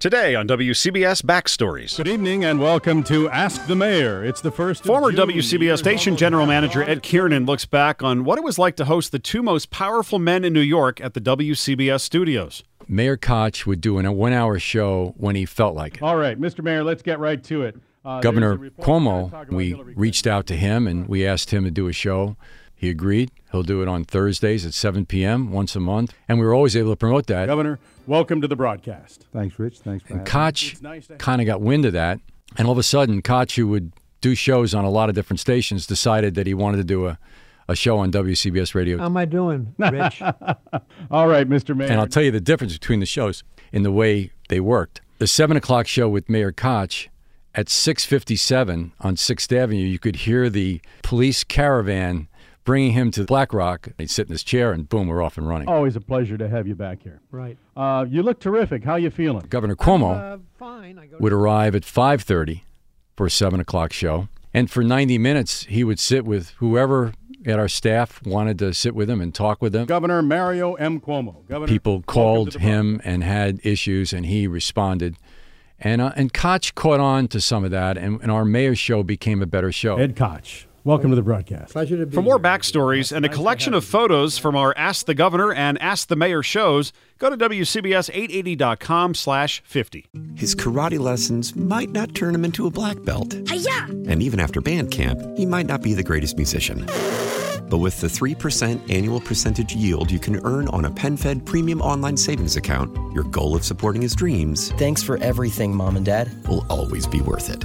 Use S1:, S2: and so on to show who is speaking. S1: Today on WCBS Backstories.
S2: Good evening and welcome to Ask the Mayor. It's the first of
S1: Former
S2: June.
S1: WCBS station general manager Ed Kiernan looks back on what it was like to host the two most powerful men in New York at the WCBS studios.
S3: Mayor Koch would do an, a one hour show when he felt like it.
S2: All right, Mr. Mayor, let's get right to it. Uh,
S3: Governor
S2: there's a report- We're gonna talk
S3: Cuomo,
S2: about
S3: we
S2: Hillary Clinton.
S3: reached out to him and we asked him to do a show. He agreed. He'll do it on Thursdays at 7 p.m. once a month. And we were always able to promote that.
S2: Governor, welcome to the broadcast.
S4: Thanks, Rich. Thanks for
S3: And
S4: having
S3: Koch
S2: nice to-
S3: kind of got wind of that. And all of a sudden, Koch, who would do shows on a lot of different stations, decided that he wanted to do a, a show on WCBS Radio.
S4: me. How am I doing, Rich?
S2: All right, Mr. Mayor.
S3: And I'll tell you the difference between the shows in the way they worked. The seven o'clock show with Mayor Koch at six fifty-seven on Sixth Avenue, you could hear the police caravan bringing him to Black Rock. He'd sit in his chair, and boom, we're off and running.
S2: Always a pleasure to have you back here.
S4: right.
S2: Uh, you look terrific. How you feeling?
S3: Governor Cuomo
S4: Uh, fine. I go
S3: would arrive at five thirty for a seven o'clock show, and for ninety minutes he would sit with whoever at our staff wanted to sit with him and talk with them.
S2: Governor Mario M. Cuomo. Governor,
S3: people
S2: welcome to
S3: called
S2: the
S3: him and had issues, and he responded. And uh, and Koch caught on to some of that, and, and our mayor's show became a better show.
S2: broadcast. Ed Koch. Welcome to the broadcast.
S4: Pleasure to be
S1: For more
S4: here.
S1: backstories and a collection of photos from our Ask the Governor and Ask the Mayor shows, go to WCBS880.com slash 50.
S5: His karate lessons might not turn him into a black belt.
S6: Hiya!
S5: And even after band camp, he might not be the greatest musician. But with the 3% annual percentage yield you can earn on a PenFed premium online savings account, your goal of supporting his dreams
S7: Thanks for everything, Mom and Dad.
S5: will always be worth it.